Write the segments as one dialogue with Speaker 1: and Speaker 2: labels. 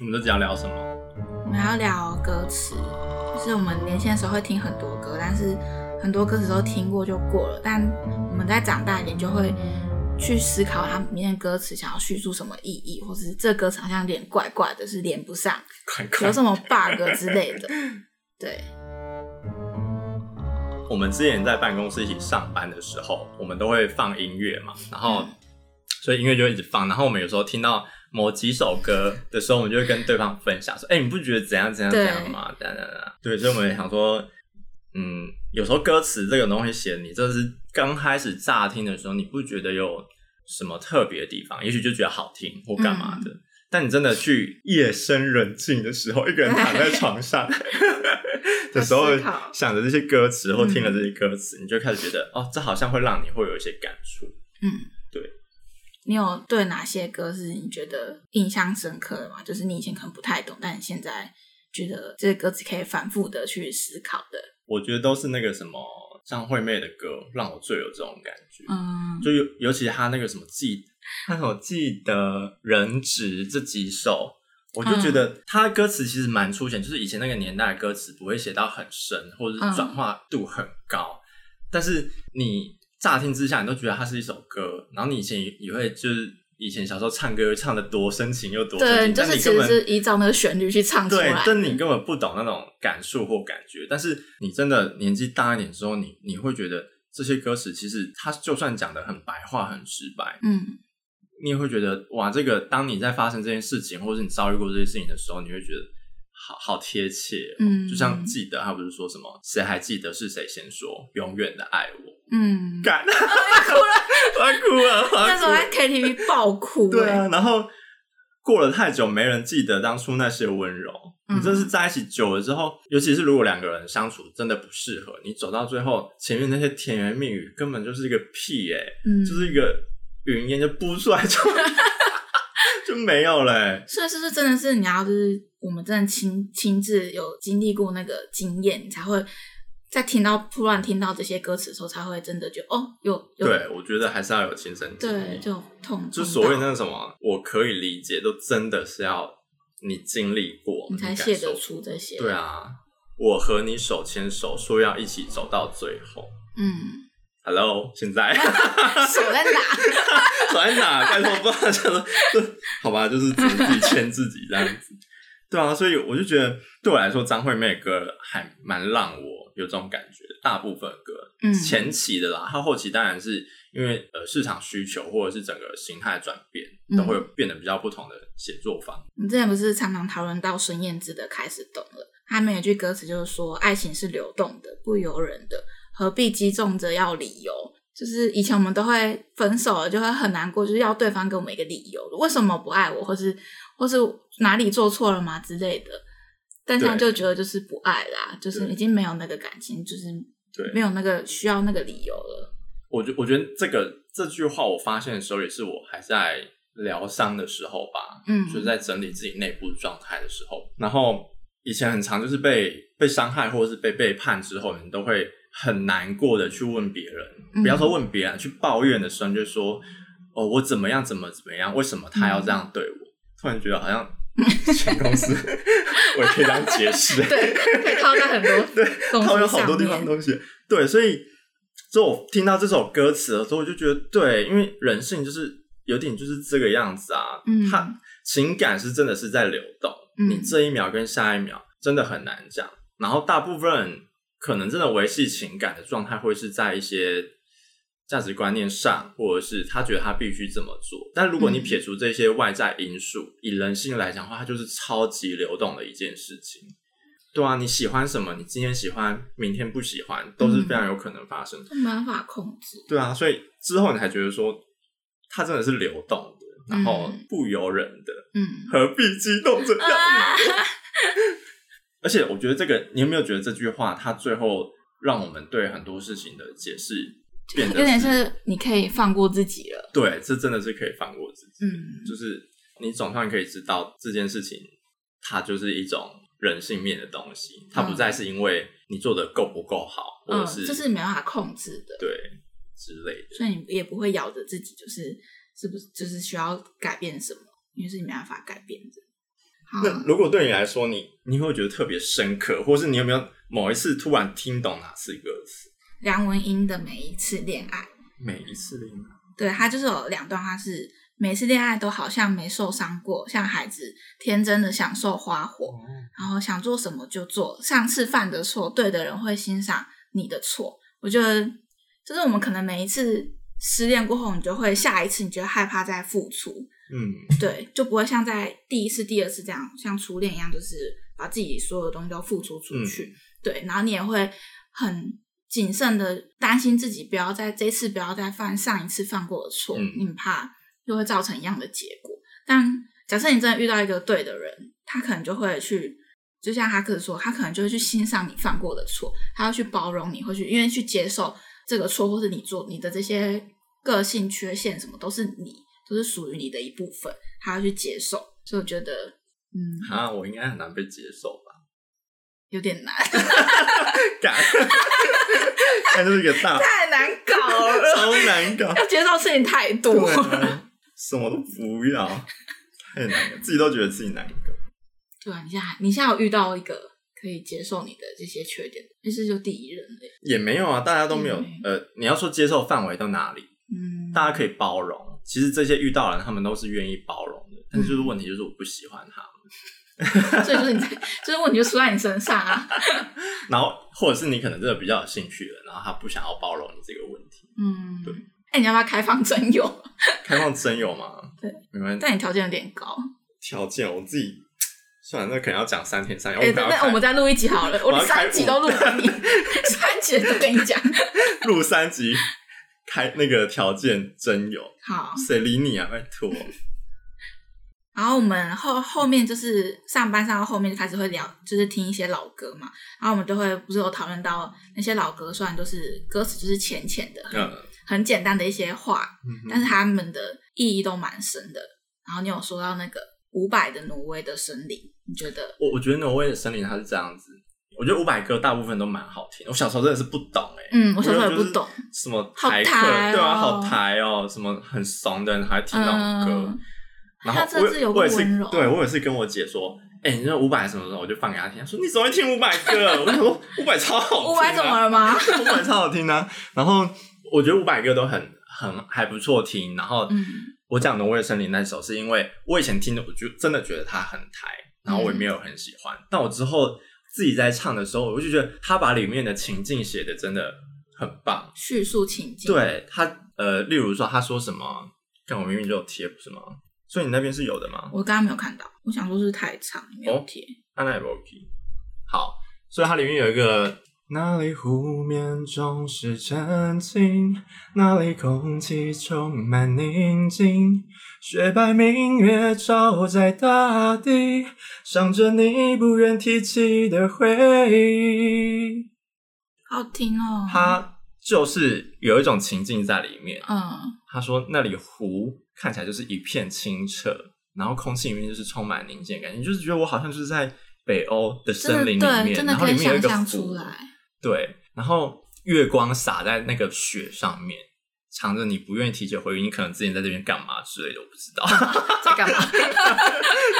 Speaker 1: 我们这集要聊什么？
Speaker 2: 我们要聊歌词，就是我们年轻的时候会听很多歌，但是很多歌词都听过就过了。但我们在长大一点，就会去思考它里面的歌词想要叙述什么意义，或者是这歌词好像有点怪怪的，是连不上，
Speaker 1: 快
Speaker 2: 有
Speaker 1: 快！
Speaker 2: 什么 bug 之类的。对，
Speaker 1: 我们之前在办公室一起上班的时候，我们都会放音乐嘛，然后
Speaker 2: 嗯
Speaker 1: 所以音乐就一直放，然后我们有时候听到某几首歌的时候，我们就会跟对方分享说：“哎、你不觉得怎样怎样怎
Speaker 2: 对
Speaker 1: 样吗？”怎样怎样怎样。对，所以我们也想说，嗯，有时候歌词这个东西写，你这是刚开始乍听的时候，你不觉得有什么特别的地方，也许就觉得好听或干嘛的。
Speaker 2: 嗯
Speaker 1: 但你真的去夜深人静的时候，一个人躺在床 上的时候
Speaker 2: 在思考，
Speaker 1: 想着这些歌词或听了这些歌词，你就开始觉得哦，这好像会让你会有一些感触。
Speaker 2: 嗯，
Speaker 1: 对。
Speaker 2: 你有对哪些歌是你觉得印象深刻的吗？就是你以前可能不太懂，但你现在觉得这些歌词可以反复的去思考的。
Speaker 1: 我觉得都是那个什么张惠妹的歌让我最有这种感觉，
Speaker 2: 嗯，
Speaker 1: 就尤尤其她那个什么记，她什么记得人质这几首，我就觉
Speaker 2: 嗯
Speaker 1: 得她的歌词其实蛮粗浅，就是以前那个年代的歌词不会写到很深，或者是转化度很高，但是你乍听之下你都觉得它是一首歌，然后你以前也也会就是以前小时候唱歌唱的多深情又多深
Speaker 2: 对，
Speaker 1: 情，
Speaker 2: 就
Speaker 1: 但
Speaker 2: 是
Speaker 1: 你
Speaker 2: 其
Speaker 1: 根
Speaker 2: 实
Speaker 1: 本
Speaker 2: 是依照那个旋律去唱出
Speaker 1: 对
Speaker 2: 来，。
Speaker 1: 但你根本不懂那种感受或感觉。但是你真的年纪大一点之后，你你会觉得这些歌词其实它就算讲的很白话、很直白，
Speaker 2: 嗯，
Speaker 1: 你也会觉得哇，这个当你在发生这件事情，或者是你遭遇过这些事情的时候，你会觉得好好贴切哦、
Speaker 2: 嗯
Speaker 1: 就像记得，他不是说什么谁还记得是谁先说永远的爱 我，
Speaker 2: 嗯，
Speaker 1: 干，我要哭了，我要哭了，
Speaker 2: 那时候在 KTV 爆哭、欸，
Speaker 1: 对啊，然后过了太久，没人记得当初那些温柔。
Speaker 2: 嗯
Speaker 1: 你真是在一起久了之后，尤其是如果两个人相处真的不适合，你走到最后，前面那些甜言蜜语根本就是一个屁哎、
Speaker 2: 嗯，
Speaker 1: 就是一个云烟就扑出 来就就没有嘞、
Speaker 2: 所以是不是真的是你要就是我们真的亲亲自有经历过那个经验，你才会在听到突然听到这些歌词的时候，才会真的觉得哦，有有
Speaker 1: 对，我觉得还是要有亲身经历
Speaker 2: 对，就痛，
Speaker 1: 就所谓
Speaker 2: 痛到
Speaker 1: 那什么，我可以理解，都真的是要你经历过，
Speaker 2: 你才
Speaker 1: 感
Speaker 2: 写
Speaker 1: 受
Speaker 2: 得出这些，
Speaker 1: 对，啊，我和你手牵手，说要一起走到最后。
Speaker 2: 嗯，
Speaker 1: Hello，现在
Speaker 2: 手在哪？
Speaker 1: 手在哪？拜托，不要想说，好吧，就是只能自己牵自己这样子。对啊，所以我就觉得对我来说，张惠妹的歌还蛮让我有这种感觉的。大部分的歌，
Speaker 2: 嗯
Speaker 1: 前期的啦，她后期当然是因为呃市场需求或者是整个形态转变，
Speaker 2: 嗯
Speaker 1: 都会有变得比较不同的写作方。
Speaker 2: 我们之前不是常常讨论到孙燕姿的《开始懂了》，她里面有一句歌词就是说：“爱情是流动的，不由人的，何必击中着要理由？”就是以前我们都会分手了，就会很难过，就是要对方给我们一个理由，为什么不爱我，或是或是哪里做错了吗之类的。但现在
Speaker 1: 对
Speaker 2: 就觉得就是不爱啦，就是
Speaker 1: 对
Speaker 2: 已经没有那个感情，就是
Speaker 1: 对
Speaker 2: 没有那个需要那个理由了。
Speaker 1: 我觉我觉得这个这句话我发现的时候，也是我还在疗伤的时候吧，
Speaker 2: 嗯
Speaker 1: 就是在整理自己内部状态的时候。然后以前很常就是被被伤害或者是被背叛之后，你都会很难过的去问别人，
Speaker 2: 嗯
Speaker 1: 不要说问别人，去抱怨的时候你就说哦我怎么样怎么怎么样，为什么他
Speaker 2: 嗯
Speaker 1: 要这样对我？突然觉得好像全公司 我也可以这样解释，
Speaker 2: 对， 可以套在很多
Speaker 1: 对，
Speaker 2: 东西
Speaker 1: 他们有好多
Speaker 2: 上
Speaker 1: 地
Speaker 2: 面
Speaker 1: 方东西。对，所以就我听到这首歌词的时候，我就觉得对，因为人性就是有点就是这个样子啊，
Speaker 2: 嗯
Speaker 1: 它情感是真的是在流动，
Speaker 2: 嗯
Speaker 1: 你这一秒跟下一秒真的很难讲。然后大部分人可能真的维系情感的状态，会是在一些价值观念上，或者是他觉得他必须这么做。但如果你
Speaker 2: 嗯
Speaker 1: 撇除这些外在因素，以人性来讲的话，它就是超级流动的一件事情。对啊，你喜欢什么？你今天喜欢，明天不喜欢，都是非常有可能发生的。
Speaker 2: 就没办法控制。
Speaker 1: 对啊，所以之后你才觉得说，它真的是流动的，然后
Speaker 2: 嗯
Speaker 1: 不由人的，
Speaker 2: 嗯，
Speaker 1: 何必激动这样？
Speaker 2: 啊，
Speaker 1: 而且我觉得这个，你有没有觉得这句话，它最后让我们对很多事情的解释变得
Speaker 2: 有点是你可以放过自己了。
Speaker 1: 对，这真的是可以放过自己，
Speaker 2: 嗯，
Speaker 1: 就是你总算可以知道这件事情，它就是一种人性面的东西，它不
Speaker 2: 嗯
Speaker 1: 再是因为你做的够不够好，或者
Speaker 2: 嗯，
Speaker 1: 是、
Speaker 2: 这是没办法控制的，
Speaker 1: 对之类的。
Speaker 2: 所以你也不会咬着自己，就是是不是就是需要改变什么，因为是你没办法改变的。好
Speaker 1: 那如果对你来说，你你会觉得特别深刻，或是你有没有某一次突然听懂哪次歌词？
Speaker 2: 梁文音的每一次恋爱，
Speaker 1: 每一次恋爱，
Speaker 2: 对他就是有两段话是每次恋爱都好像没受伤过，像孩子天真的享受花火，然后想做什么就做，上次犯的错，对的人会欣赏你的错。我觉得就是我们可能每一次失恋过后，你就会下一次你就会害怕再付出，
Speaker 1: 嗯，
Speaker 2: 对，就不会像在第一次、第二次这样，像初恋一样，就是把自己所有的东西都付出出去。对，然后你也会很谨慎的担心自己不要在这次不要再犯上一次犯过的错，
Speaker 1: 嗯
Speaker 2: 你很怕又会造成一样的结果。但假设你真的遇到一个对的人，他可能就会去，就像哈克说，他可能就会去欣赏你犯过的错，他会去包容你，会去因为去接受这个错，或是你做你的这些个性缺陷什么都是你，都、是属于你的一部分，他要去接受。所以我觉得，嗯，
Speaker 1: 啊，我应该很难被接受吧？
Speaker 2: 有点难，
Speaker 1: 干，那就是一个大
Speaker 2: 太难搞了。
Speaker 1: 超难搞，
Speaker 2: 要接受事情太多。
Speaker 1: 对啊，什么都不要，太难了，自己都觉得自己难搞。
Speaker 2: 对啊，你现在你现在有遇到一个可以接受你的这些缺点，那是就第一人类。
Speaker 1: 也没有啊，大家都没有
Speaker 2: 嗯。
Speaker 1: 呃，你要说接受范围到哪里，
Speaker 2: 嗯，
Speaker 1: 大家可以包容。其实这些遇到的人，他们都是愿意包容的，但是就是问题就是我不喜欢他们，
Speaker 2: 所以就是你，就是问题就出在你身上啊。
Speaker 1: 然后或者是你可能真的比较有兴趣了，然后他不想要包容你这个问题。
Speaker 2: 嗯，
Speaker 1: 对。
Speaker 2: 哎、你要不要开放真友？
Speaker 1: 开放真友吗？
Speaker 2: 对，
Speaker 1: 没问题。
Speaker 2: 但你条件有点高。
Speaker 1: 条件我自己算了，那可能要讲三天三夜。
Speaker 2: 哎、
Speaker 1: 我
Speaker 2: 对
Speaker 1: 们
Speaker 2: 那我们
Speaker 1: 再
Speaker 2: 再录一集好了，
Speaker 1: 我
Speaker 2: 我
Speaker 1: 要
Speaker 2: 连
Speaker 1: 开
Speaker 2: 三集都录给你， 三集都跟你讲。
Speaker 1: 录三集，开那个条件真友，
Speaker 2: 好，
Speaker 1: 谁理你啊？拜 托。
Speaker 2: 然后我们后后面就是上班上到后面就开始会聊，就是听一些老歌嘛。然后我们就会不是有讨论到那些老歌，虽然都是歌词就是浅浅的，
Speaker 1: 嗯，
Speaker 2: 很简单的一些话，
Speaker 1: 嗯
Speaker 2: 但是他们的意义都蛮深的。然后你有说到那个伍佰的《挪威的森林》，你觉得？
Speaker 1: 我我觉得挪威的森林它是这样子，我觉得五百歌大部分都蛮好听。我小时候真的是不懂哎、
Speaker 2: 嗯，我小时候也
Speaker 1: 就
Speaker 2: 不
Speaker 1: 是
Speaker 2: 懂。
Speaker 1: 什么
Speaker 2: 好
Speaker 1: 台客，
Speaker 2: 台哦
Speaker 1: 对啊，好台哦，什么很怂的人还听那种歌。
Speaker 2: 嗯
Speaker 1: 然后
Speaker 2: 他真
Speaker 1: 我
Speaker 2: 的是有
Speaker 1: 我也
Speaker 2: 温柔
Speaker 1: 是，对我也是跟我姐说，哎、你知道伍佰什么什么，我就放给她听，她说你怎么会听伍佰 歌？我想说伍佰超好听、啊，
Speaker 2: 伍佰怎么了吗？
Speaker 1: 伍佰超好听啊。然后我觉得伍佰歌都很很还不错听。然后
Speaker 2: 嗯
Speaker 1: 我讲《挪威的森林》那首，是因为我以前听的，我就真的觉得它很台，然后我也没有很喜欢。但我之后自己在唱的时候，我就觉得他把里面的情境写的真的很棒。
Speaker 2: 叙述情境，，
Speaker 1: 对他，呃，例如说他说什么，看我明明就有贴，不是吗？所以你那边是有的吗？
Speaker 2: 我刚刚没有看到，我想说是太长没
Speaker 1: 哦
Speaker 2: 有贴。
Speaker 1: 安奈罗皮。好，所以它里面有一个。那里湖面总是沉静，那里空气充满宁静，雪白明月照在大地，想着你不愿提起的回忆。
Speaker 2: 好听哦。
Speaker 1: 它就是有一种情境在里面。
Speaker 2: 嗯，
Speaker 1: 他说那里湖看起来就是一片清澈，然后空气里面就是充满宁静的感觉，你就是觉得我好像就是在北欧的森林
Speaker 2: 真
Speaker 1: 里
Speaker 2: 的
Speaker 1: 面，
Speaker 2: 对，真的
Speaker 1: 然后
Speaker 2: 可
Speaker 1: 里
Speaker 2: 以
Speaker 1: 面有一
Speaker 2: 想
Speaker 1: 个
Speaker 2: 象出
Speaker 1: 湖，
Speaker 2: 来。
Speaker 1: 对，然后月光洒在那个雪上面，藏着你不愿意提起的回忆，你可能之前在这边干嘛之类的，我不知道，
Speaker 2: 在干嘛？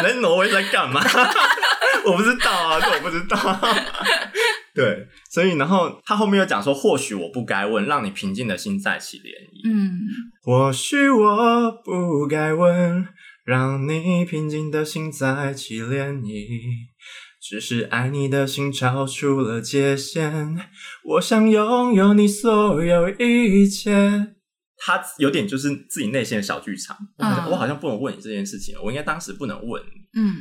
Speaker 1: 你在挪威在干嘛？ 我不知道啊，这我不知道。 对，所以然后他后面又讲说，或许我不该问，让你平静的心再起涟漪。
Speaker 2: 嗯，
Speaker 1: 或许我不该问，让你平静的心再起涟漪。只是爱你的心超出了界限，我想拥有你所有一切。他有点就是自己内心的小剧场，我好像、
Speaker 2: 嗯
Speaker 1: 我好像不能问你这件事情，我应该当时不能问你，
Speaker 2: 嗯，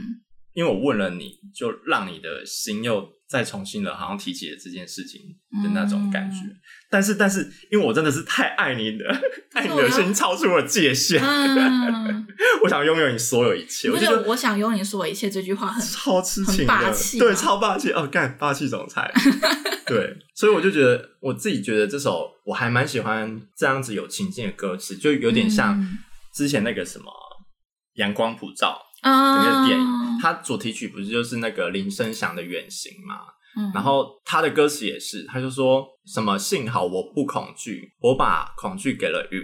Speaker 1: 因为我问了你就让你的心又再重新的，好像提起了这件事情的那种感觉。
Speaker 2: 嗯
Speaker 1: 但是，但是，因为我真的是太爱你的， 爱你的心超出了界限，
Speaker 2: 嗯，
Speaker 1: 我想拥有你所有一切。
Speaker 2: 你不
Speaker 1: 我
Speaker 2: 觉
Speaker 1: 觉
Speaker 2: 得
Speaker 1: 得
Speaker 2: 我想拥你说一切这句话很
Speaker 1: 超痴情
Speaker 2: 很
Speaker 1: 的，
Speaker 2: 霸气吗
Speaker 1: 对，超霸气哦，干霸气总 裁。对，所以我就觉得我自己觉得这首我还蛮喜欢这样子有情境的歌词，就有点像
Speaker 2: 嗯
Speaker 1: 之前那个什么《阳光普照》。有
Speaker 2: 啊
Speaker 1: 个电影，它主题曲不是就是那个林声祥的《远行》嘛？
Speaker 2: 嗯
Speaker 1: 然后他的歌词也是，他就说什么幸好我不恐惧，我把恐惧给了云，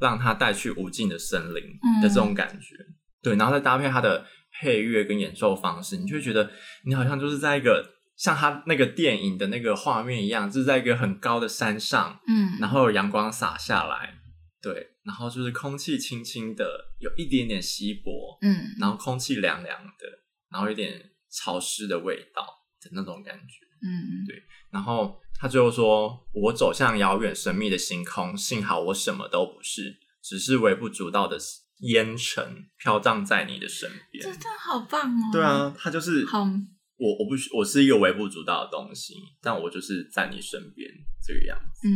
Speaker 1: 让它带去无尽的森林
Speaker 2: 嗯
Speaker 1: 的这种感觉。对，然后再搭配他的配乐跟演奏方式，你就会觉得你好像就是在一个像他那个电影的那个画面一样，就是在一个很高的山上，
Speaker 2: 嗯，
Speaker 1: 然后有阳光洒下来，对，然后就是空气轻轻的，有一点点稀薄，
Speaker 2: 嗯，
Speaker 1: 然后空气凉凉的，然后有点潮湿的味道的那种感觉。
Speaker 2: 嗯，
Speaker 1: 然后他最后说：“我走向遥远神秘的星空，幸好我什么都不是，只是微不足道的烟尘飘荡在你的身
Speaker 2: 这
Speaker 1: 边。
Speaker 2: 真的好棒哦！”
Speaker 1: 对，啊，他就是
Speaker 2: 好
Speaker 1: 我，我不需我是一个微不足道的东西，但我就是在你身边这个样子。
Speaker 2: 嗯，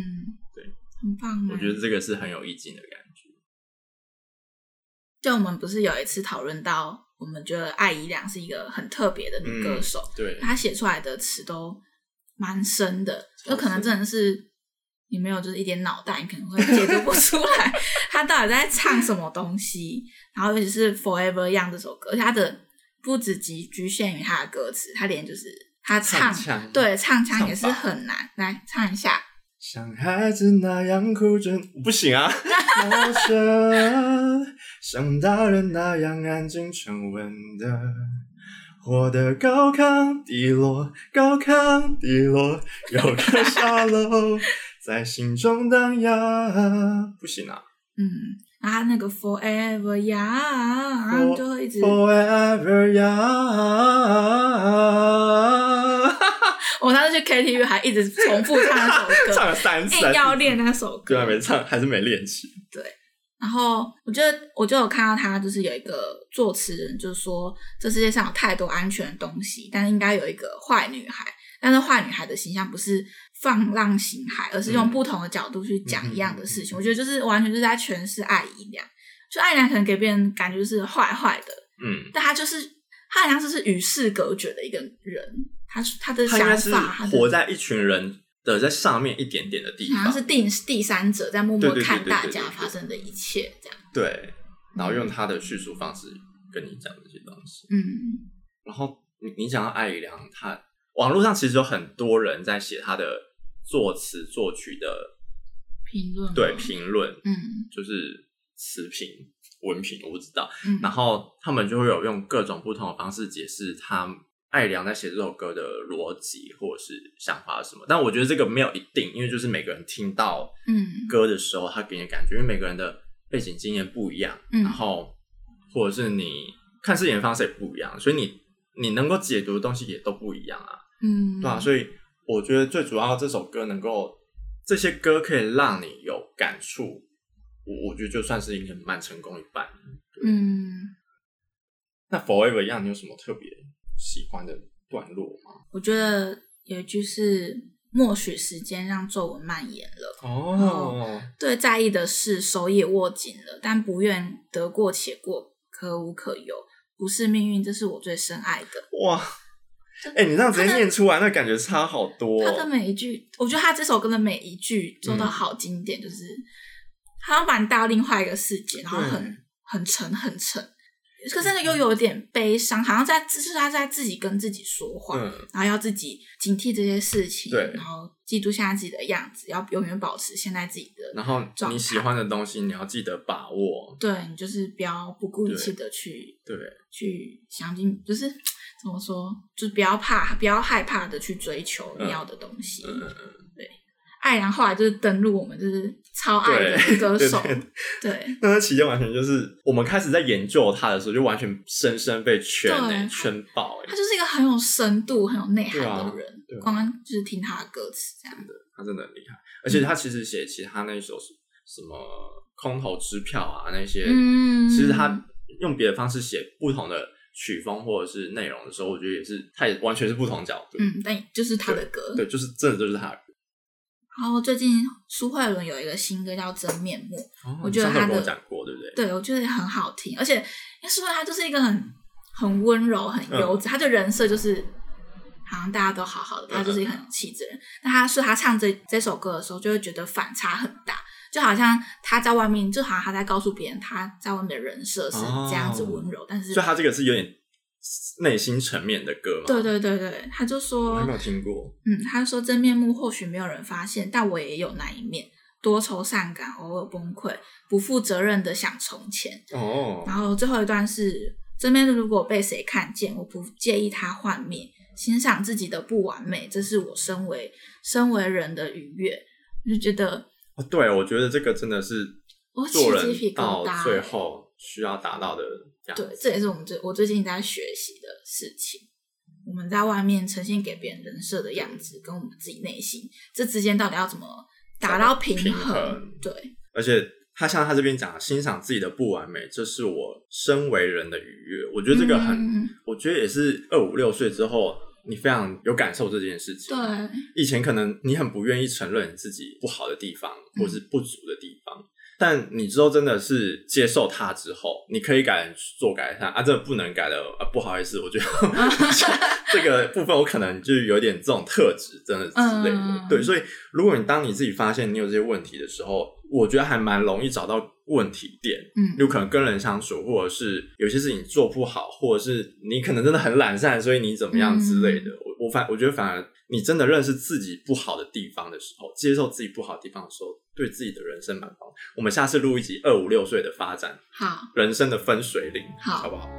Speaker 1: 对，
Speaker 2: 很棒哎。
Speaker 1: 我觉得这个是很有意境的感觉。
Speaker 2: 就我们不是有一次讨论到，我们觉得艾怡良是一个很特别的
Speaker 1: 嗯
Speaker 2: 女歌手，
Speaker 1: 对，
Speaker 2: 她写出来的词都蛮深的，
Speaker 1: 超深
Speaker 2: 就可能真的是你没有就是一点脑袋，你可能会解读不出 来她到底在唱什么东西。然后尤其是《Forever Young》这首歌，而且她的不止局局限于她的歌词，她连就是她唱，
Speaker 1: 腔，
Speaker 2: 对唱腔也是
Speaker 1: 唱法
Speaker 2: 很难。来唱一下，
Speaker 1: 像孩子那样哭着，不行 啊，陌生，像大人那样安静沉稳的，活得高亢低落，高亢低落，有个沙漏在心中荡漾。不行啊
Speaker 2: 嗯，然后她那个 Forever Young 就会一直。
Speaker 1: ，Forever Young，
Speaker 2: 我当时去 KTV 还一直重复唱那首歌，
Speaker 1: 唱了三次，
Speaker 2: 硬要练那首
Speaker 1: 对啊，
Speaker 2: 歌。
Speaker 1: 没唱，还是没练起。
Speaker 2: 然后我觉得我就有看到他，就是有一个作词人，就是说这世界上有太多安全的东西，但应该有一个坏女孩。但是坏女孩的形象不是放浪形骸，而是用
Speaker 1: 嗯
Speaker 2: 不同的角度去讲一样的事
Speaker 1: 嗯
Speaker 2: 情。
Speaker 1: 嗯嗯嗯
Speaker 2: 我觉得就是完全就是在诠释爱姨良，就爱姨良可能给别人感觉就是坏坏的，
Speaker 1: 嗯，
Speaker 2: 但她就是她好像就是与世隔绝的一个人。她她的
Speaker 1: 他应该
Speaker 2: 想
Speaker 1: 是
Speaker 2: 法，她的
Speaker 1: 活在一群人的在上面一点点的地
Speaker 2: 好
Speaker 1: 方
Speaker 2: 像，是第第三者在默默
Speaker 1: 对对对
Speaker 2: 看
Speaker 1: 对
Speaker 2: 大
Speaker 1: 对
Speaker 2: 家
Speaker 1: 对
Speaker 2: 发生的一切，这样。
Speaker 1: 对，然后用他的叙述方式跟你讲这些东西。
Speaker 2: 嗯
Speaker 1: 然后你你讲到艾怡良，他网络上其实有很多人在写他的作词作曲的
Speaker 2: 评论
Speaker 1: 对
Speaker 2: 吗
Speaker 1: 评论，
Speaker 2: 嗯
Speaker 1: 就是词评、文评，我不知道。
Speaker 2: 嗯
Speaker 1: 然后他们就会有用各种不同的方式解释他艾怡良在写这首歌的逻辑或者是想法是什么。但我觉得这个没有一定，因为就是每个人听到
Speaker 2: 嗯
Speaker 1: 歌的时候，他给你的感觉，因为每个人的背景经验不一样，
Speaker 2: 嗯
Speaker 1: 然后或者是你看事情的方式也不一样，所以你你能够解读的东西也都不一样啊，
Speaker 2: 嗯，
Speaker 1: 对啊，所以我觉得最主要这首歌能够这些歌可以让你有感触，我我觉得就算是一个蛮成功一半。
Speaker 2: 嗯，
Speaker 1: 那 Forever 一样，你有什么特别喜欢的段落吗？
Speaker 2: 我觉得有一句是“默许时间让皱纹蔓延了，哦，对在意的事手也握紧了，但不愿得过且过，可无可有，不是命运，这是我最深爱的。”
Speaker 1: 哇，哎、你这样直接念出来，那感觉差好多、哦
Speaker 2: 他的每一句，我觉得他这首歌的每一句做到
Speaker 1: 嗯
Speaker 2: 好经典，就是他蛮到另外一个世界，然后很很沉很沉，可
Speaker 1: 嗯
Speaker 2: 是呢又有点悲伤，好像在就是他在自己跟自己说话，
Speaker 1: 嗯，
Speaker 2: 然后要自己警惕这些事情，
Speaker 1: 对
Speaker 2: 然后记住现在自己的样子，要永远保持现在自己的，
Speaker 1: 然后
Speaker 2: 状态
Speaker 1: 你喜欢的东西，你要记得把握。
Speaker 2: 对你就是不要不顾一切的去
Speaker 1: 对，
Speaker 2: 去想尽，就是怎么说，就是不要怕，不要害怕的去追求你要的东西。
Speaker 1: 嗯，
Speaker 2: 艾然后来就是登录我们就是超爱的
Speaker 1: 对
Speaker 2: 歌手，
Speaker 1: 对
Speaker 2: 对
Speaker 1: 那段期间完全就是我们开始在研究他的时候，就完全深深被圈
Speaker 2: 对
Speaker 1: 哎、圈爆哎、
Speaker 2: 他就是一个很有深度、很有内涵的
Speaker 1: 对
Speaker 2: 人。
Speaker 1: 啊对啊
Speaker 2: 光光就是听他的歌词这样，
Speaker 1: 他真的很厉害。而且他其实写其他那一首什么空头支票啊那些，
Speaker 2: 嗯，
Speaker 1: 其实他用别的方式写不同的曲风或者是内容的时候，我觉得也是他也完全是不同角度。
Speaker 2: 嗯，但就是他的歌。
Speaker 1: 对，就是真的就是他的歌。
Speaker 2: 然后最近苏慧伦有一个新歌叫《真面目》，
Speaker 1: 哦
Speaker 2: 我觉得
Speaker 1: 你上次有
Speaker 2: 他的
Speaker 1: 跟我讲过，对不对？
Speaker 2: 对我觉得很好听，而且因为苏慧伦她就是一个很很温柔、很
Speaker 1: 嗯
Speaker 2: 优质，她的人设就是好像大家都好好的，她就是一个很有气质的人。但她说她唱这这首歌的时候，就会觉得反差很大，就好像她在外面，就好像她在告诉别人她在外面的人设是这样子温柔，但是
Speaker 1: 哦所以他这个是有点内心层面的歌嘛？
Speaker 2: 对对对对，她就
Speaker 1: 我
Speaker 2: 说
Speaker 1: 还没有听过。
Speaker 2: 嗯，他说真面目或许没有人发现，但我也有那一面，多愁善感，偶尔崩溃，不负责任的想从前。
Speaker 1: 哦
Speaker 2: 然后最后一段是这边如果被谁看见，我不介意他幻灭，欣赏自己的不完美，这是我身为身为人的愉悦。我就觉得
Speaker 1: 哦对，我觉得这个真的是
Speaker 2: 我起
Speaker 1: 做
Speaker 2: 鸡皮
Speaker 1: 人到
Speaker 2: 疙瘩。欸
Speaker 1: 最后需要达到的样子。
Speaker 2: 对，这也是我们最我最近在学习的事情。我们在外面呈现给别人人设的样子，跟我们自己内心这之间到底要怎么达到平
Speaker 1: 平衡
Speaker 2: 对，
Speaker 1: 而且他像他这边讲，欣赏自己的不完美，这是我身为人的愉悦。我觉得这个很，
Speaker 2: 嗯
Speaker 1: 我觉得也是二五六岁之后，你非常有感受这件事情。
Speaker 2: 对，
Speaker 1: 以前可能你很不愿意承认你自己不好的地方，
Speaker 2: 嗯
Speaker 1: 或是不足的地方。但你之后真的是接受它之后，你可以改做改善啊，这不能改的啊，不好意思，我觉得这个部分我可能就是有点这种特质，真的之类的。
Speaker 2: 嗯
Speaker 1: 对，所以如果你当你自己发现你有这些问题的时候，我觉得还蛮容易找到问题点。
Speaker 2: 嗯，
Speaker 1: 有可能跟人相处，或者是有些事情做不好，或者是你可能真的很懒散，所以你怎么样之类
Speaker 2: 嗯
Speaker 1: 的。我我反我觉得反而你真的认识自己不好的地方的时候，接受自己不好的地方的时候，对自己的人生蛮帮。我们下次录一集二五六岁的发展，
Speaker 2: 好。
Speaker 1: 人生的分水岭，
Speaker 2: 好
Speaker 1: 不好？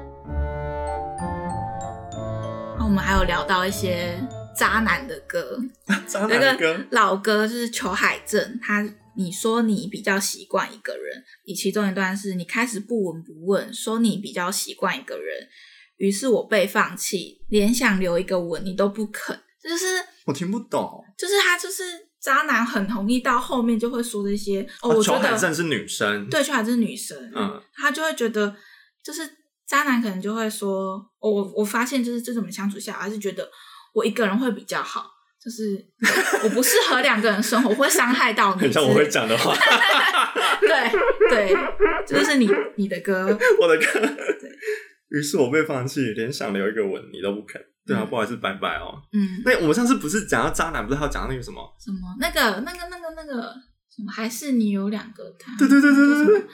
Speaker 2: 那我们还有聊到一些渣男的歌，
Speaker 1: 渣
Speaker 2: 那
Speaker 1: 男的
Speaker 2: 个
Speaker 1: 歌，
Speaker 2: 老歌就是裘海正，他你说你比较习惯一个人，你其中一段是你开始不闻不问，说你比较习惯一个人，于是我被放弃，连想留一个吻你都不肯，就是
Speaker 1: 我听不懂。
Speaker 2: 就是他就是渣男，很容易到后面就会说这些哦，我
Speaker 1: 啊
Speaker 2: 觉
Speaker 1: 乔海正
Speaker 2: 得
Speaker 1: 是女生，，
Speaker 2: 对裘海正是女生，
Speaker 1: 嗯，
Speaker 2: 他就会觉得，就是渣男可能就会说，哦、我我发现就是这怎么相处下来，还是觉得我一个人会比较好，就是 我不适合两个人生活，我会伤害到你。
Speaker 1: 很像我
Speaker 2: 之类
Speaker 1: 会讲的话，
Speaker 2: 对对，这就是你你的歌，
Speaker 1: 我的 歌。于是我被放弃，连想留一个吻你都不肯。对啊，
Speaker 2: 嗯
Speaker 1: 不好意思，拜拜哦。
Speaker 2: 嗯，
Speaker 1: 那我们上次不是讲到渣男，不是还有讲到那个什么？
Speaker 2: 什么那个那个那个那个什么，还是你有两个他？
Speaker 1: 对对对对对对
Speaker 2: 什么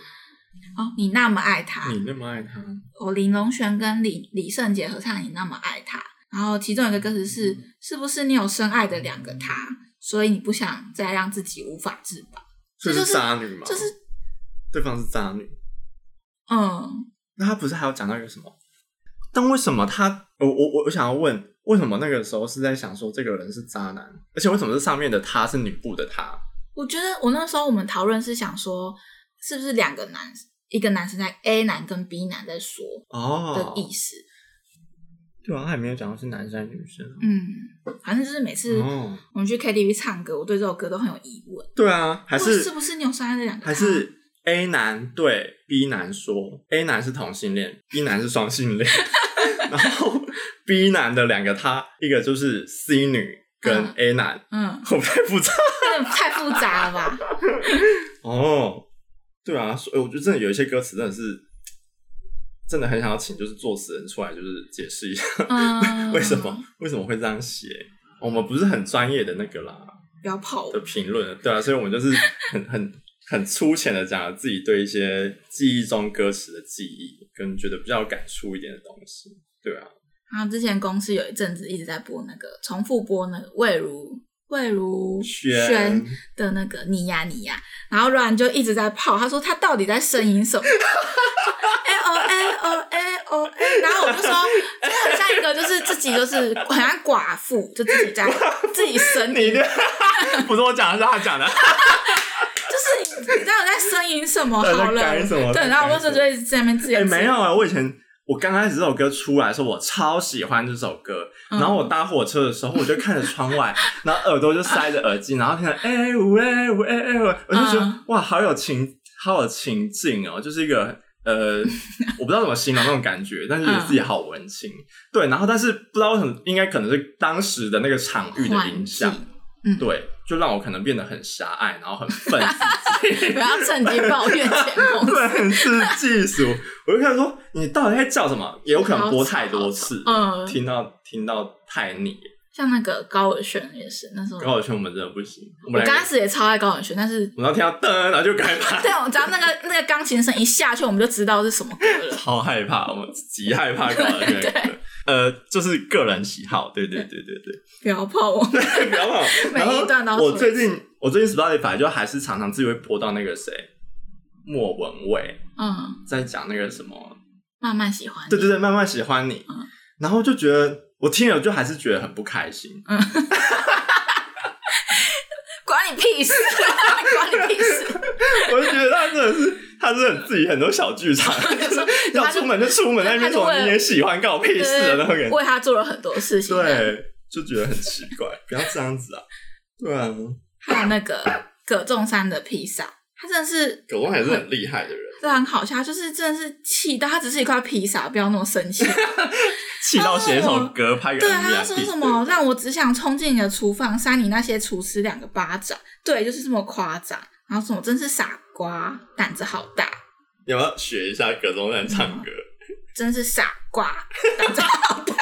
Speaker 2: 哦，你那么爱他，
Speaker 1: 你那么爱他，
Speaker 2: 哦，林隆璇跟李李圣杰合唱《你那么爱他》，然后其中有一个歌词是
Speaker 1: 嗯
Speaker 2: “是不是你有深爱的两个他，所以你不想再让自己无法自拔
Speaker 1: 所以
Speaker 2: 这就是
Speaker 1: 是渣女嘛？
Speaker 2: 就是
Speaker 1: 对方是渣女，”？
Speaker 2: 嗯，
Speaker 1: 那他不是还有讲到一个什么？但为什么他？我我我我想要问，为什么那个时候是在想说这个人是渣男，而且为什么是上面的他是女部的他？
Speaker 2: 我觉得我那时候我们讨论是想说，是不是两个男一个男生在 A 男跟 B 男在说的
Speaker 1: 哦，
Speaker 2: 意思？
Speaker 1: 对啊，他也没有讲到是男生还是女生啊。
Speaker 2: 嗯，反正就是每次
Speaker 1: 哦，
Speaker 2: 我们去 KTV 唱歌，我对这首歌都很有疑问，
Speaker 1: 对啊，还
Speaker 2: 或
Speaker 1: 是
Speaker 2: 是不是你有深爱的两个他？
Speaker 1: 还是 A 男对 B 男说，A 男是同性恋，B 男是双性恋， 然后 B 男的两个他，一个就是 C 女跟
Speaker 2: 嗯
Speaker 1: A 男，
Speaker 2: 嗯，
Speaker 1: 我太复杂
Speaker 2: 有点太复杂了吧？
Speaker 1: 哦。对啊，所以我觉得真的有一些歌词真的是，真的很想要请就是作词人出来就是解释一下，
Speaker 2: 嗯，
Speaker 1: 为什么为什么会这样写？我们不是很专业的那个啦
Speaker 2: 不要跑我
Speaker 1: 的？评论，对啊，所以我们就是很很很粗浅的讲了自己对一些记忆中歌词的记忆，跟觉得比较有感触一点的东西，对啊，
Speaker 2: 然后之前公司有一阵子一直在播那个重复播那个魏如魏如萱
Speaker 1: 轩
Speaker 2: 的那个你呀你呀，然后软就一直在泡，他说他到底在呻吟什么？ 哎哦哎哦哎哦哎，然后我就说，这很像一个就是自己就是很像寡妇，就自己在自己呻
Speaker 1: 你
Speaker 2: 吟，
Speaker 1: 的 不是我讲的，是他讲的，
Speaker 2: 就是你知道我在呻吟什么
Speaker 1: 到底在
Speaker 2: 好了
Speaker 1: 干什么，
Speaker 2: 对，然后我那时候就一直在那边自
Speaker 1: 哎、
Speaker 2: 言自语
Speaker 1: 没有啊，我以前。我刚开始这首歌出来的时候，我超喜欢这首歌。
Speaker 2: 嗯
Speaker 1: 然后我搭火车的时候，我就看着窗 外，然后耳朵就塞着耳机，然后听着哎呜哎呜哎哎呜，我就觉得、
Speaker 2: 嗯
Speaker 1: 哇，好有情，好有情境哦，就是一个 呃，我不知道怎么形容那种感觉，但是也自己好文青。对，然后但是不知道为什么，应该可能是当时的那个场域的影响
Speaker 2: 环，嗯
Speaker 1: 对，就让我可能变得很狭隘，然后很愤 自己。
Speaker 2: 不要趁机抱怨前公司，
Speaker 1: 对，很是技术。我就开始说，你到底在叫什么？也有可能播太多次，
Speaker 2: 嗯，
Speaker 1: 听到听到太腻。
Speaker 2: 像那个高尔宣也是那时候。
Speaker 1: 高晓轩我们真的不行，我
Speaker 2: 我
Speaker 1: 们
Speaker 2: 刚
Speaker 1: 两
Speaker 2: 开
Speaker 1: 个，
Speaker 2: 始也超爱高晓轩，但是
Speaker 1: 我们要听到噔，然后就该怕
Speaker 2: 对，，我只要那个那个钢琴声一下去，我们就知道是什么歌了。
Speaker 1: 超害怕，我们极害怕高晓轩。
Speaker 2: 对
Speaker 1: 呃，就是个人喜好，对对对对对。
Speaker 2: 不要泡我，
Speaker 1: 不要忘了。
Speaker 2: 每
Speaker 1: 然后
Speaker 2: 一段都要
Speaker 1: 我
Speaker 2: 说
Speaker 1: 最
Speaker 2: 一
Speaker 1: 近我最近 Spotify 就还是常常自己会播到那个谁莫文蔚
Speaker 2: 嗯
Speaker 1: 在讲那个什么
Speaker 2: 慢慢喜欢你，
Speaker 1: 对对对，慢慢喜欢你，
Speaker 2: 嗯
Speaker 1: 然后就觉得我听了就还是觉得很不开心，
Speaker 2: 管你屁事，管你屁事。
Speaker 1: 我就觉得他真的是，他真的自己很多小剧场，就是要出门就出门，那边说你也喜欢，告我屁事啊的那种感觉，
Speaker 2: 为他做了很多事情。，
Speaker 1: 对，就觉得很奇怪，不要这样子啊，对啊，
Speaker 2: 还有那个葛仲山的披萨，他真的是
Speaker 1: 狗汪还是很厉害的人，
Speaker 2: 这很好笑，他就是真的是气到他只是一块披萨，不要那么生气。
Speaker 1: 气到写一首歌拍个
Speaker 2: 对，啊
Speaker 1: MV
Speaker 2: 他
Speaker 1: 来
Speaker 2: 说
Speaker 1: diss
Speaker 2: 什么让我只想冲进你的厨房扇你那些厨师两个巴掌，对，就是这么夸张。然后什么真是傻瓜，胆子好大，
Speaker 1: 你要不要学一下葛中山唱歌？
Speaker 2: 真是傻瓜，胆子好大。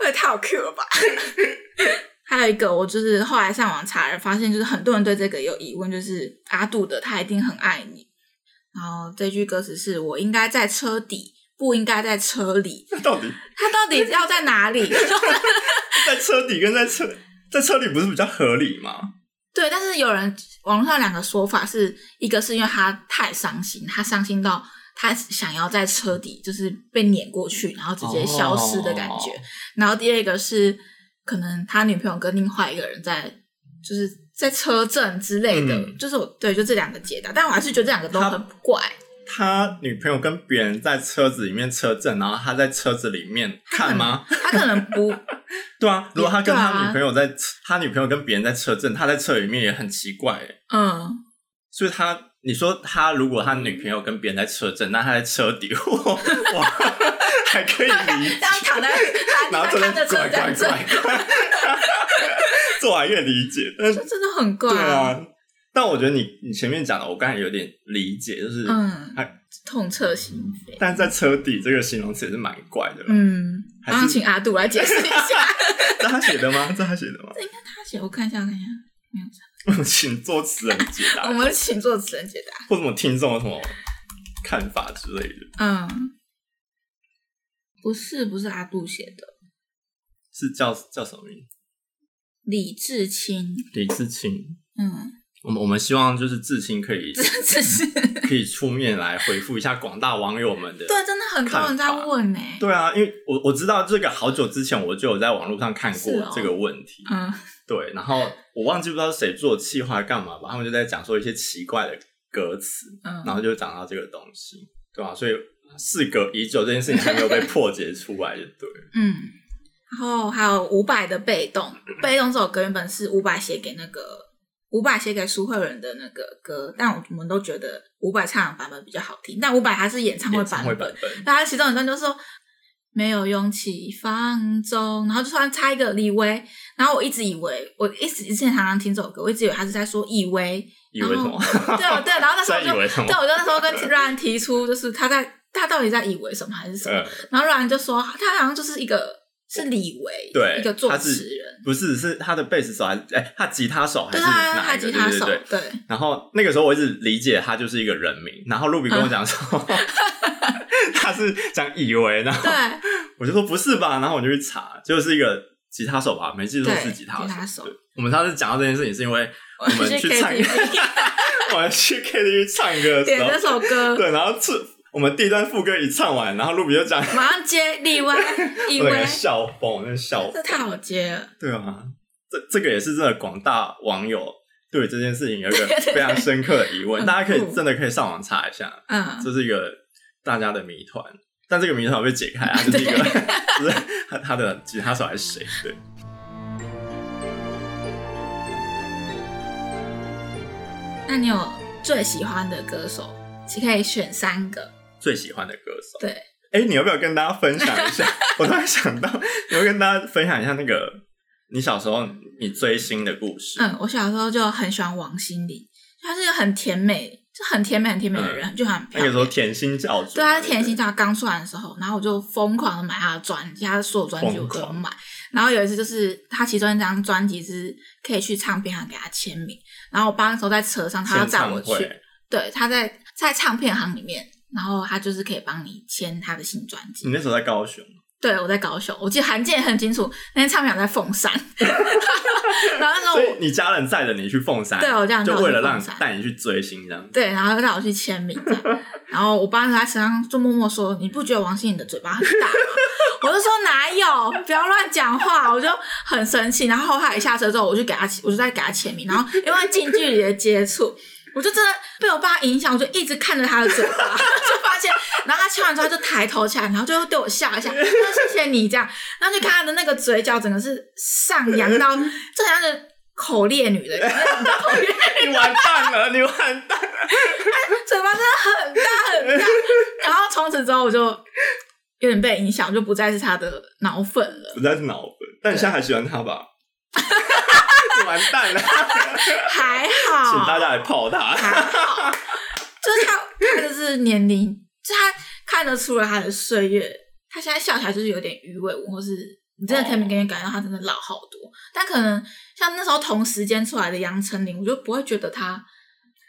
Speaker 2: 会太好 Q 了吧？ 还有一个，我就是后来上网查了，发现就是很多人对这个有疑问，就是阿杜的“他一定很爱你”，然后这句歌词是我应该在车底，不应该在车里。
Speaker 1: 那到底
Speaker 2: 他到底要在哪里？
Speaker 1: 在车底跟在车在车里不是比较合理吗？
Speaker 2: 对，但是有人网络上有两个说法是，一个是因为他太伤心，他伤心到他想要在车底就是被碾过去，然后直接消失的感觉。
Speaker 1: 哦
Speaker 2: 然后第二个是可能他女朋友跟另外一个人在就是在车震之类的，
Speaker 1: 嗯
Speaker 2: 就是我对就这两个解答，但我还是觉得这两个都
Speaker 1: 他
Speaker 2: 很怪。
Speaker 1: 他女朋友跟别人在车子里面车震，然后他在车子里面看吗？
Speaker 2: 他可能 不，
Speaker 1: 对啊，如果他跟
Speaker 2: 对啊
Speaker 1: 他女朋友在，他女朋友跟别人在车震，他在车里面也很奇怪欸。
Speaker 2: 嗯，
Speaker 1: 所以他，你说他如果他女朋友跟别人在车震，那他在车底，我我还可以理
Speaker 2: 这
Speaker 1: 解
Speaker 2: 样。躺在
Speaker 1: 然
Speaker 2: 他
Speaker 1: 后真
Speaker 2: 看
Speaker 1: 的
Speaker 2: 着车
Speaker 1: 怪
Speaker 2: 这
Speaker 1: 怪
Speaker 2: 样震，
Speaker 1: 怪，这我还可以理解。但是
Speaker 2: 这真的很怪
Speaker 1: 对。啊，但我觉得你你前面讲的，我刚才有点理解，就是，
Speaker 2: 嗯
Speaker 1: 还，
Speaker 2: 痛彻心扉。
Speaker 1: 但在车底这个形容词也是蛮怪的。
Speaker 2: 嗯，
Speaker 1: 还
Speaker 2: 我
Speaker 1: 是
Speaker 2: 想请阿杜来解释一下。
Speaker 1: 这他写的吗？这他写的吗？
Speaker 2: 他写，我看一下，我看一下，没有查。
Speaker 1: 请作词人解答
Speaker 2: 我，们请作词人解答。
Speaker 1: 或者我们听众有什么看法之类的。
Speaker 2: 嗯，不是，不是阿杜写的，
Speaker 1: 是叫叫什么名字？
Speaker 2: 李志清。
Speaker 1: 李志清。
Speaker 2: 嗯，
Speaker 1: 我们我们希望就是志清 可以
Speaker 2: 这这是对，啊
Speaker 1: 可以出面来回复一下广大网友们的。
Speaker 2: 真的很多人在问欸呢、
Speaker 1: 对啊，因为我我知道这个好久之前我就有在网络上看
Speaker 2: 是
Speaker 1: 过
Speaker 2: 哦
Speaker 1: 这个问题，
Speaker 2: 嗯，
Speaker 1: 对，然后我忘记不知道是谁做企划干嘛吧，他们就在讲说一些奇怪的歌词，
Speaker 2: 嗯
Speaker 1: 然后就讲到这个东西，对吧、啊所以事隔已久，这件事情还没有被破解出来，就对了。
Speaker 2: 嗯，然后还有伍佰的《被动》，《被动》这首歌原本是伍佰写给那个伍佰写给苏慧伦的那个歌，但我们都觉得伍佰唱的版本比较好听，但伍佰还是演唱会
Speaker 1: 演唱
Speaker 2: 版
Speaker 1: 会
Speaker 2: 本。
Speaker 1: 版本，
Speaker 2: 然后他其中一段就说没有勇气放纵，然后就突然插一个李薇，然后我一直以为我一直之前常常听这首歌，我一直以为他是在说 以为，
Speaker 1: 以为什么？
Speaker 2: 哦对啊 我对，然后那时候
Speaker 1: 在
Speaker 2: 我
Speaker 1: 以
Speaker 2: 就
Speaker 1: 为什么
Speaker 2: 对？我就那时候跟 Ryan 提出，就是他在他到底在以为什么还是什么，
Speaker 1: 嗯，
Speaker 2: 然后 Ryan 就说他好像就是一个是李维，
Speaker 1: 对
Speaker 2: 一个作
Speaker 1: 他是
Speaker 2: 词人，
Speaker 1: 不是，是他的贝斯手还是哎、他吉他手还
Speaker 2: 对
Speaker 1: 是
Speaker 2: 啊他
Speaker 1: 哪
Speaker 2: 他
Speaker 1: 一个？
Speaker 2: 吉
Speaker 1: 对
Speaker 2: 他
Speaker 1: 对
Speaker 2: 手
Speaker 1: 对。，
Speaker 2: 对，
Speaker 1: 然后那个时候我一直理解他就是一个人名，然后露比跟
Speaker 2: 嗯
Speaker 1: 我讲说、 他是讲以为，然后
Speaker 2: 对
Speaker 1: 我就说不是吧，然后我就去查，就是一个吉他手吧，没记错
Speaker 2: 对
Speaker 1: 是吉他手。
Speaker 2: 吉他手
Speaker 1: 对我们上次讲到这件事情是因为 我们去唱
Speaker 2: KTV
Speaker 1: 我们去 KTV 唱歌的时
Speaker 2: 点
Speaker 1: 候，
Speaker 2: 这首 歌，
Speaker 1: 对，然后是我们第一段副歌一唱完，然后露比就讲，我
Speaker 2: 马上接李 维，以
Speaker 1: 整个人
Speaker 2: 为
Speaker 1: 笑疯，我真的笑疯
Speaker 2: 这。太好接了。
Speaker 1: 对啊，这这个也是真的广大网友对这件事情有一个非常深刻的疑 问，
Speaker 2: 很
Speaker 1: 大家可
Speaker 2: 酷
Speaker 1: 以真的可以上网查一下，
Speaker 2: 嗯，
Speaker 1: 这是一个大家的谜团。但这个谜团被解开啊，就是一个， 就是他他的吉他手还是谁？对，
Speaker 2: 那你有最喜欢的歌手？你可以选三个。
Speaker 1: 最喜欢的歌手。
Speaker 2: 对，
Speaker 1: 哎、你要不要跟大家分享一下？ 我突然想到，你要跟大家分享一下那个你小时候你追星的故事。
Speaker 2: 嗯，我小时候就很喜欢王心凌，她是一个很甜美，就很甜美、很甜美的人，就很漂
Speaker 1: 那个嗯时候
Speaker 2: 亮。
Speaker 1: 甜心教主嘛，
Speaker 2: 对，她是甜
Speaker 1: 不
Speaker 2: 心，她刚出来的时候，然后我就疯狂的买她的专辑，她的所有专辑
Speaker 1: 疯
Speaker 2: 我都有
Speaker 1: 狂
Speaker 2: 买。然后有一次就是她其中一张专辑是可以去唱片行给她签名，然后我爸那时候在车上，他要
Speaker 1: 签
Speaker 2: 载
Speaker 1: 唱
Speaker 2: 我
Speaker 1: 会
Speaker 2: 去，对，他在在唱片行里面，然后他就是可以帮你签他的新专辑
Speaker 1: 你。那时候在高雄，
Speaker 2: 对，我在高雄，我记得韩健也很清楚，那天唱片行在凤山， 然后那时候
Speaker 1: 所以
Speaker 2: 我
Speaker 1: 你家人载着你去凤山，
Speaker 2: 哦对我这样
Speaker 1: 就为了
Speaker 2: 带我
Speaker 1: 让
Speaker 2: 去凤山
Speaker 1: 带你去追星这样。
Speaker 2: 对，然后让我去签名这样，然后我爸在他身上就默默说：“你不觉得王心凌的嘴巴很大吗？” 我就说哪有，不要乱讲话，我就很生气。然后他一下车之后，我就给他，我就在给他签名，然后因为近距离的接触，我就真的被我爸影响，我就一直看着他的嘴巴， 就发现，然后他签完之后就抬头起来，然后就对我笑一下，他说谢谢你这样，然后就看他的那个嘴角整个是上扬到，就好像是口裂女的，口 裂
Speaker 1: 你完蛋了，你完蛋了。
Speaker 2: 嘴巴真的很大很大。然后从此之后我就有点被影响，就不再是他的脑粉了。
Speaker 1: 不再是脑粉，但你现在还喜欢他 吧？你完蛋了，
Speaker 2: 还
Speaker 1: 请
Speaker 2: 好，
Speaker 1: 大家来泡他。
Speaker 2: 还好，就是他他就是年龄，就他看得出来他的岁月。他现在笑起来就是有点鱼尾纹，或是你真的
Speaker 1: 哦
Speaker 2: 可以明显感觉到他真的老好多。但可能像那时候同时间出来的杨丞琳，我就不会觉得他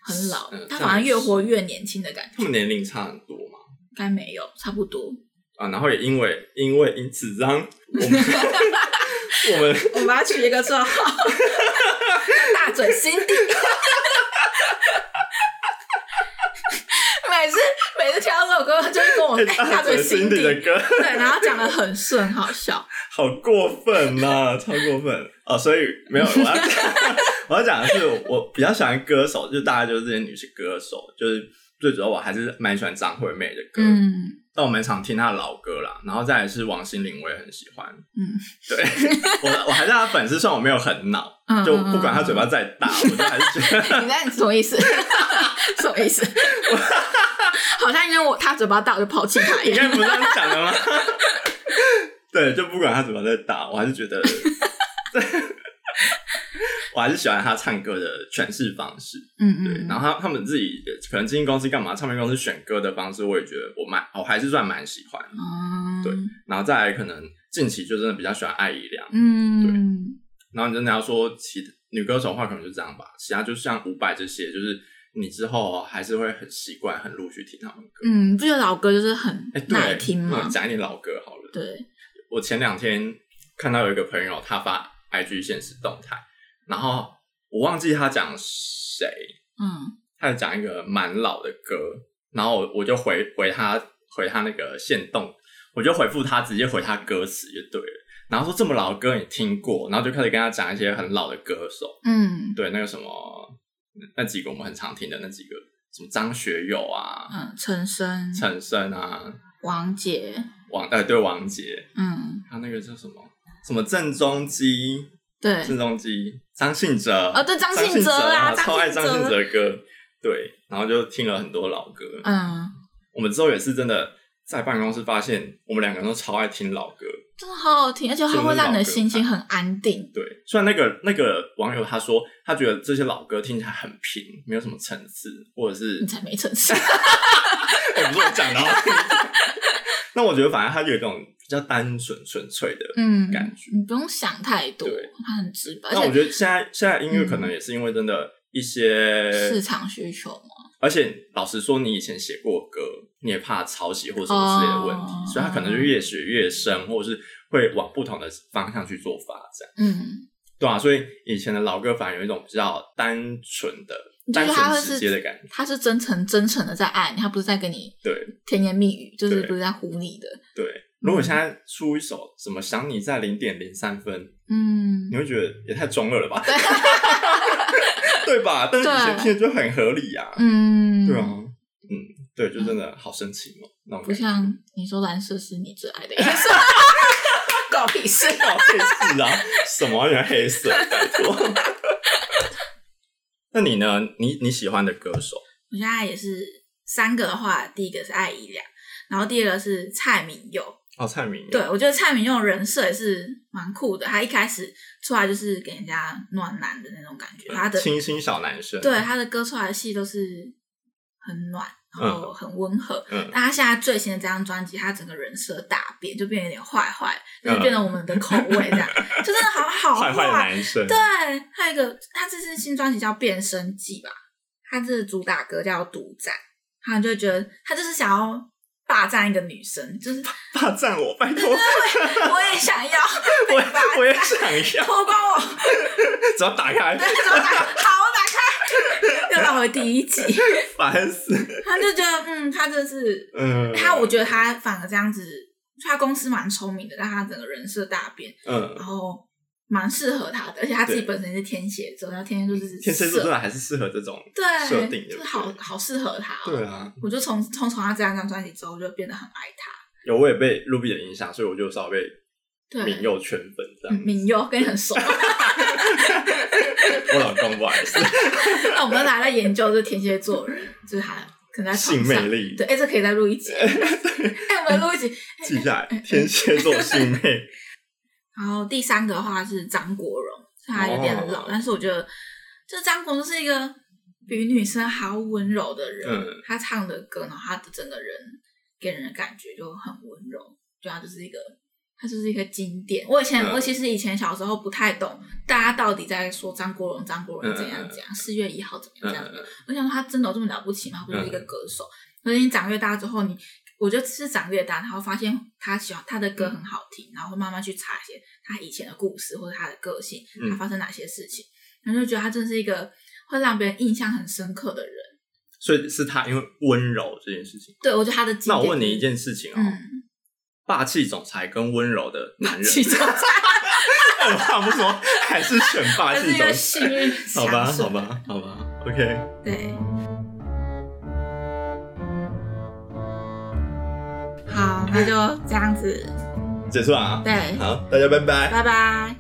Speaker 2: 很老
Speaker 1: 嗯，
Speaker 2: 他反而越活越年轻的感觉。
Speaker 1: 他们年龄差很多嘛，
Speaker 2: 应该没有，差不多。
Speaker 1: 啊，然后也因为因为因此让我 们我们
Speaker 2: 我们把它取一个绰号，大嘴心地。每次每次听到这首歌，就会跟我哎大嘴心
Speaker 1: 底
Speaker 2: 地，
Speaker 1: 的歌
Speaker 2: 对，然后讲的很顺，好笑。
Speaker 1: 好过分呐、超过分哦！所以没有我要讲， 我要讲的是我比较喜欢歌手，就是大家就是这些女性歌手，就是最主要我还是蛮喜欢张惠妹的歌，
Speaker 2: 嗯，
Speaker 1: 但我蛮常听她的老歌啦，然后再来是王心凌，我也很喜欢，
Speaker 2: 嗯，
Speaker 1: 对我我还是她粉丝，虽然我没有很恼，
Speaker 2: 嗯
Speaker 1: 就不管她嘴巴再 大，我就还是觉得。
Speaker 2: 你那你什么意 思？什么意 思？好像因为我他嘴巴大，我就抛弃他一
Speaker 1: 你刚
Speaker 2: 样。
Speaker 1: 才不是这样讲的吗？ 对，就不管他怎么在打，我还是觉 得，我还是喜欢他唱歌的诠释方式。
Speaker 2: 嗯
Speaker 1: 对，
Speaker 2: 嗯，
Speaker 1: 然后他他们自己可能经纪公司干嘛，唱片公司选歌的方式，我也觉得我蛮，我还是算蛮喜欢。
Speaker 2: 嗯
Speaker 1: 对，然后再来，可能近期就真的比较喜欢艾怡良。
Speaker 2: 嗯，
Speaker 1: 然后你真的要说其女歌手的话，可能就这样吧。其他就像伍佰这些，就是你之后还是会很习惯、很陆续听他们的歌。
Speaker 2: 嗯，不觉得老歌就是很
Speaker 1: 哎、
Speaker 2: 耐
Speaker 1: 对，
Speaker 2: 听
Speaker 1: 那
Speaker 2: 吗？
Speaker 1: 讲一点老歌好了。
Speaker 2: 对，
Speaker 1: 我前两天看到有一个朋友，他发 IG 现实动态，然后我忘记他讲谁，
Speaker 2: 嗯
Speaker 1: 他讲一个蛮老的歌，然后我我就回回他回他那个现动，我就回复他直接回他歌词就对了，然后说这么老的歌你听过，然后就开始跟他讲一些很老的歌手，
Speaker 2: 嗯
Speaker 1: 对那个什么那几个我们很常听的那几个，什么张学友啊、
Speaker 2: 嗯，陈升、
Speaker 1: 陈升啊、
Speaker 2: 王杰，
Speaker 1: 王呃对王杰，
Speaker 2: 嗯，
Speaker 1: 他那个叫什么什么郑中基。
Speaker 2: 对，
Speaker 1: 郑中基、张信哲
Speaker 2: 哦对张信哲
Speaker 1: 信啊，
Speaker 2: 啊张信哲
Speaker 1: 超爱张信哲的歌，对，然后就听了很多老歌。
Speaker 2: 嗯，
Speaker 1: 我们之后也是真的在办公室发现，我们两个人都超爱听老歌。
Speaker 2: 真的好好听，而且它会让你的心情很安定。
Speaker 1: 对，虽然那个那个网友他说，他觉得这些老歌听起来很平，没有什么层次，或者是
Speaker 2: 你才没层 次，
Speaker 1: 哎不是我讲的哦。 那我觉得反而他有一种比较单纯纯粹的。
Speaker 2: 嗯，
Speaker 1: 感觉
Speaker 2: 你不用想太多
Speaker 1: 对，
Speaker 2: 它很直白，
Speaker 1: 那我
Speaker 2: 而
Speaker 1: 觉得现在现在音乐
Speaker 2: 嗯
Speaker 1: 可能也是因为真的一些
Speaker 2: 且市场需求嘛，
Speaker 1: 而且老实说，你以前写过歌，你也怕抄袭或什么之类的问题，
Speaker 2: 哦
Speaker 1: 所以他可能就越写越深，或者是会往不同的方向去做发展，
Speaker 2: 嗯，
Speaker 1: 对啊，所以以前的老歌反而有一种比较单纯的、
Speaker 2: 你就
Speaker 1: 单
Speaker 2: 是他会
Speaker 1: 纯直接的感
Speaker 2: 是
Speaker 1: 觉，
Speaker 2: 他是真诚真诚的在爱你，他不是在跟你
Speaker 1: 对
Speaker 2: 甜言蜜语，就是
Speaker 1: 对
Speaker 2: 不是在唬你的，
Speaker 1: 对。如果现在出一首什么“想你在零点零三分”，
Speaker 2: 嗯
Speaker 1: 你，会觉得也太中二了 吧？对吧？但是以前
Speaker 2: 对
Speaker 1: 听的就很合理呀、啊，
Speaker 2: 嗯，
Speaker 1: 对啊，嗯，对，就真的好深情哦，那种
Speaker 2: 不
Speaker 1: 感觉。
Speaker 2: 像你说蓝色是你最爱的颜色， 搞屁事，
Speaker 1: 搞黑事哦啊？什么原来黑色？拜托。 那你呢？你你喜欢的歌手？
Speaker 2: 我现在也是三个的话，第一个是艾怡良，然后第二个是蔡明佑。
Speaker 1: 哦，蔡明。
Speaker 2: 对，，我觉得蔡明佑人设也是蛮酷的。他一开始出来就是给人家暖男的那种感觉，他的
Speaker 1: 清新小男生。
Speaker 2: 对他的歌出来的戏都是很暖，然后很温和。
Speaker 1: 嗯，
Speaker 2: 但他现在最新的这张专辑，他整个人设大变，就变得有点坏坏，
Speaker 1: 嗯
Speaker 2: 就是变成我们的口味这样，就真的 好好
Speaker 1: 坏坏男生。
Speaker 2: 对，还有一个，他这次新专辑叫《变声记》吧，他这主打歌叫《独占》，他就觉得他就是想要霸占一个女生，就是
Speaker 1: 霸占我，拜 托，
Speaker 2: 我也想要被霸
Speaker 1: 我我也
Speaker 2: 占，
Speaker 1: 想要，
Speaker 2: 脱光我，
Speaker 1: 只要打开
Speaker 2: 对，怎么打？好，我打开，又绕回第一集，
Speaker 1: 烦死。
Speaker 2: 他就觉得嗯，他这是
Speaker 1: 嗯，
Speaker 2: 他，我觉得他反而这样子，他公司蛮聪明的，但他整个人设大变，
Speaker 1: 嗯，
Speaker 2: 然后蛮适合他的，而且他自己
Speaker 1: 对
Speaker 2: 本身是天蝎座，然后天蝎座就是
Speaker 1: 天蝎座
Speaker 2: 色
Speaker 1: 真的还是适合这种。
Speaker 2: 对
Speaker 1: 设定对
Speaker 2: 就
Speaker 1: 不对
Speaker 2: 是好好适合他、哦。
Speaker 1: 对啊，
Speaker 2: 我就从从从他这两张专辑之后，我就变得很爱他。
Speaker 1: 有我也被 Ruby 的影响，所以我就稍微被
Speaker 2: 对，
Speaker 1: 敏佑圈粉这
Speaker 2: 嗯
Speaker 1: 样。
Speaker 2: 敏佑跟你很熟，
Speaker 1: 我老公不好 意思，
Speaker 2: 那我们来来研究这天蝎座人，就是他可能在床
Speaker 1: 性
Speaker 2: 上
Speaker 1: 魅力，
Speaker 2: 对，哎、这可以再录 一集。哎、我们录一集。
Speaker 1: 记下来，天蝎座性 魅，
Speaker 2: 然后第三个的话是张国荣，虽然有点老，
Speaker 1: 哦
Speaker 2: 但是我觉得这张国荣是一个比女生还要温柔的人。
Speaker 1: 嗯
Speaker 2: 他唱的歌，然后他的整个人给人的感觉就很温柔，啊就他就是一个。他就是一个经典。我以前，
Speaker 1: 嗯
Speaker 2: 我其实以前小时候不太懂，大家到底在说张国荣，张国荣怎
Speaker 1: 嗯嗯
Speaker 2: 样
Speaker 1: 嗯
Speaker 2: 怎样，四月一号怎么样怎样。
Speaker 1: 嗯，
Speaker 2: 我想说他真的有这么了不起吗？他不就是一个歌手？可是你长越大之后，你我觉得是长越大，然后发现他喜欢他的
Speaker 1: 嗯
Speaker 2: 歌很好听，然后会慢慢去查一些他以前的故事或者他的个性，
Speaker 1: 嗯
Speaker 2: 他发生哪些事情，然后就觉得他真是一个会让别人印象很深刻的人。
Speaker 1: 所以是他因为温柔这件事情。
Speaker 2: 对，我觉得他的经典
Speaker 1: 那我问你一，件事情哦，
Speaker 2: 嗯，
Speaker 1: 霸气总裁跟温柔的男人，哎
Speaker 2: 其中
Speaker 1: 二话不说还是选霸
Speaker 2: 他
Speaker 1: 气
Speaker 2: 是一
Speaker 1: 总
Speaker 2: 个
Speaker 1: 裁。
Speaker 2: 幸运
Speaker 1: 好吧，
Speaker 2: 享受
Speaker 1: 好，吧，好吧，OK。
Speaker 2: 对。好，那就这样子，
Speaker 1: 结束了啊！
Speaker 2: 对，
Speaker 1: 啊好，大家拜拜。
Speaker 2: 拜拜。